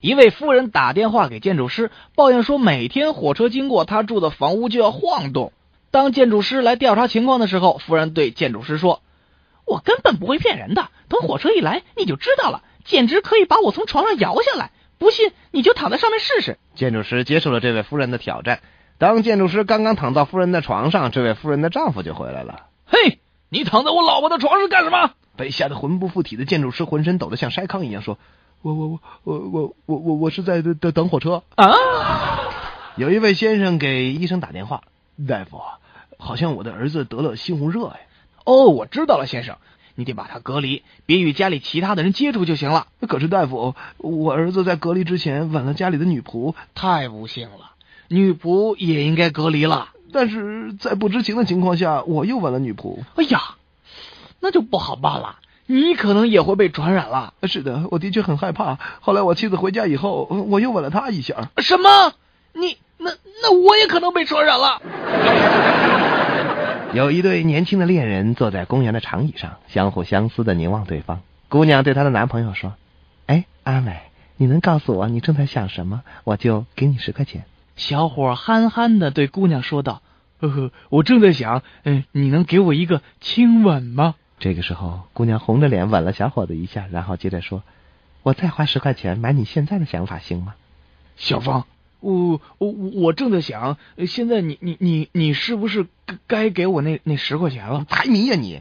一位夫人打电话给建筑师，抱怨说每天火车经过她住的房屋就要晃动。当建筑师来调查情况的时候，夫人对建筑师说：“我根本不会骗人的，等火车一来你就知道了，简直可以把我从床上摇下来。不信你就躺在上面试试。”建筑师接受了这位夫人的挑战。当建筑师刚刚躺到夫人的床上，这位夫人的丈夫就回来了。嘿，你躺在我老婆的床上干什么？被吓得魂不附体的建筑师浑身抖得像筛糠一样，说：“我我我我我我我我是在等等火车啊！”有一位先生给医生打电话：“大夫，好像我的儿子得了猩红热呀、哎。”“哦，我知道了，先生，你得把他隔离，别与家里其他的人接触就行了。”“可是大夫，我儿子在隔离之前吻了家里的女仆，太不幸了。”女仆也应该隔离了，但是在不知情的情况下，我又吻了女仆。哎呀，那就不好办了，你可能也会被传染了。是的，我的确很害怕。后来我妻子回家以后，我又吻了她一下。什么？你那那我也可能被传染了？有一对年轻的恋人坐在公园的长椅上，相互相思的凝望对方。姑娘对她的男朋友说：“哎，阿美，你能告诉我你正在想什么，我就给你十块钱。”小伙憨憨的对姑娘说道：“呵呵，我正在想，嗯，你能给我一个亲吻吗？”这个时候，姑娘红着脸吻了小伙子一下，然后接着说：“我再花十块钱买你现在的想法行吗？”小芳，我我我正在想，呃现在啊你你你你是不是该给我那那十块钱了？财迷呀你！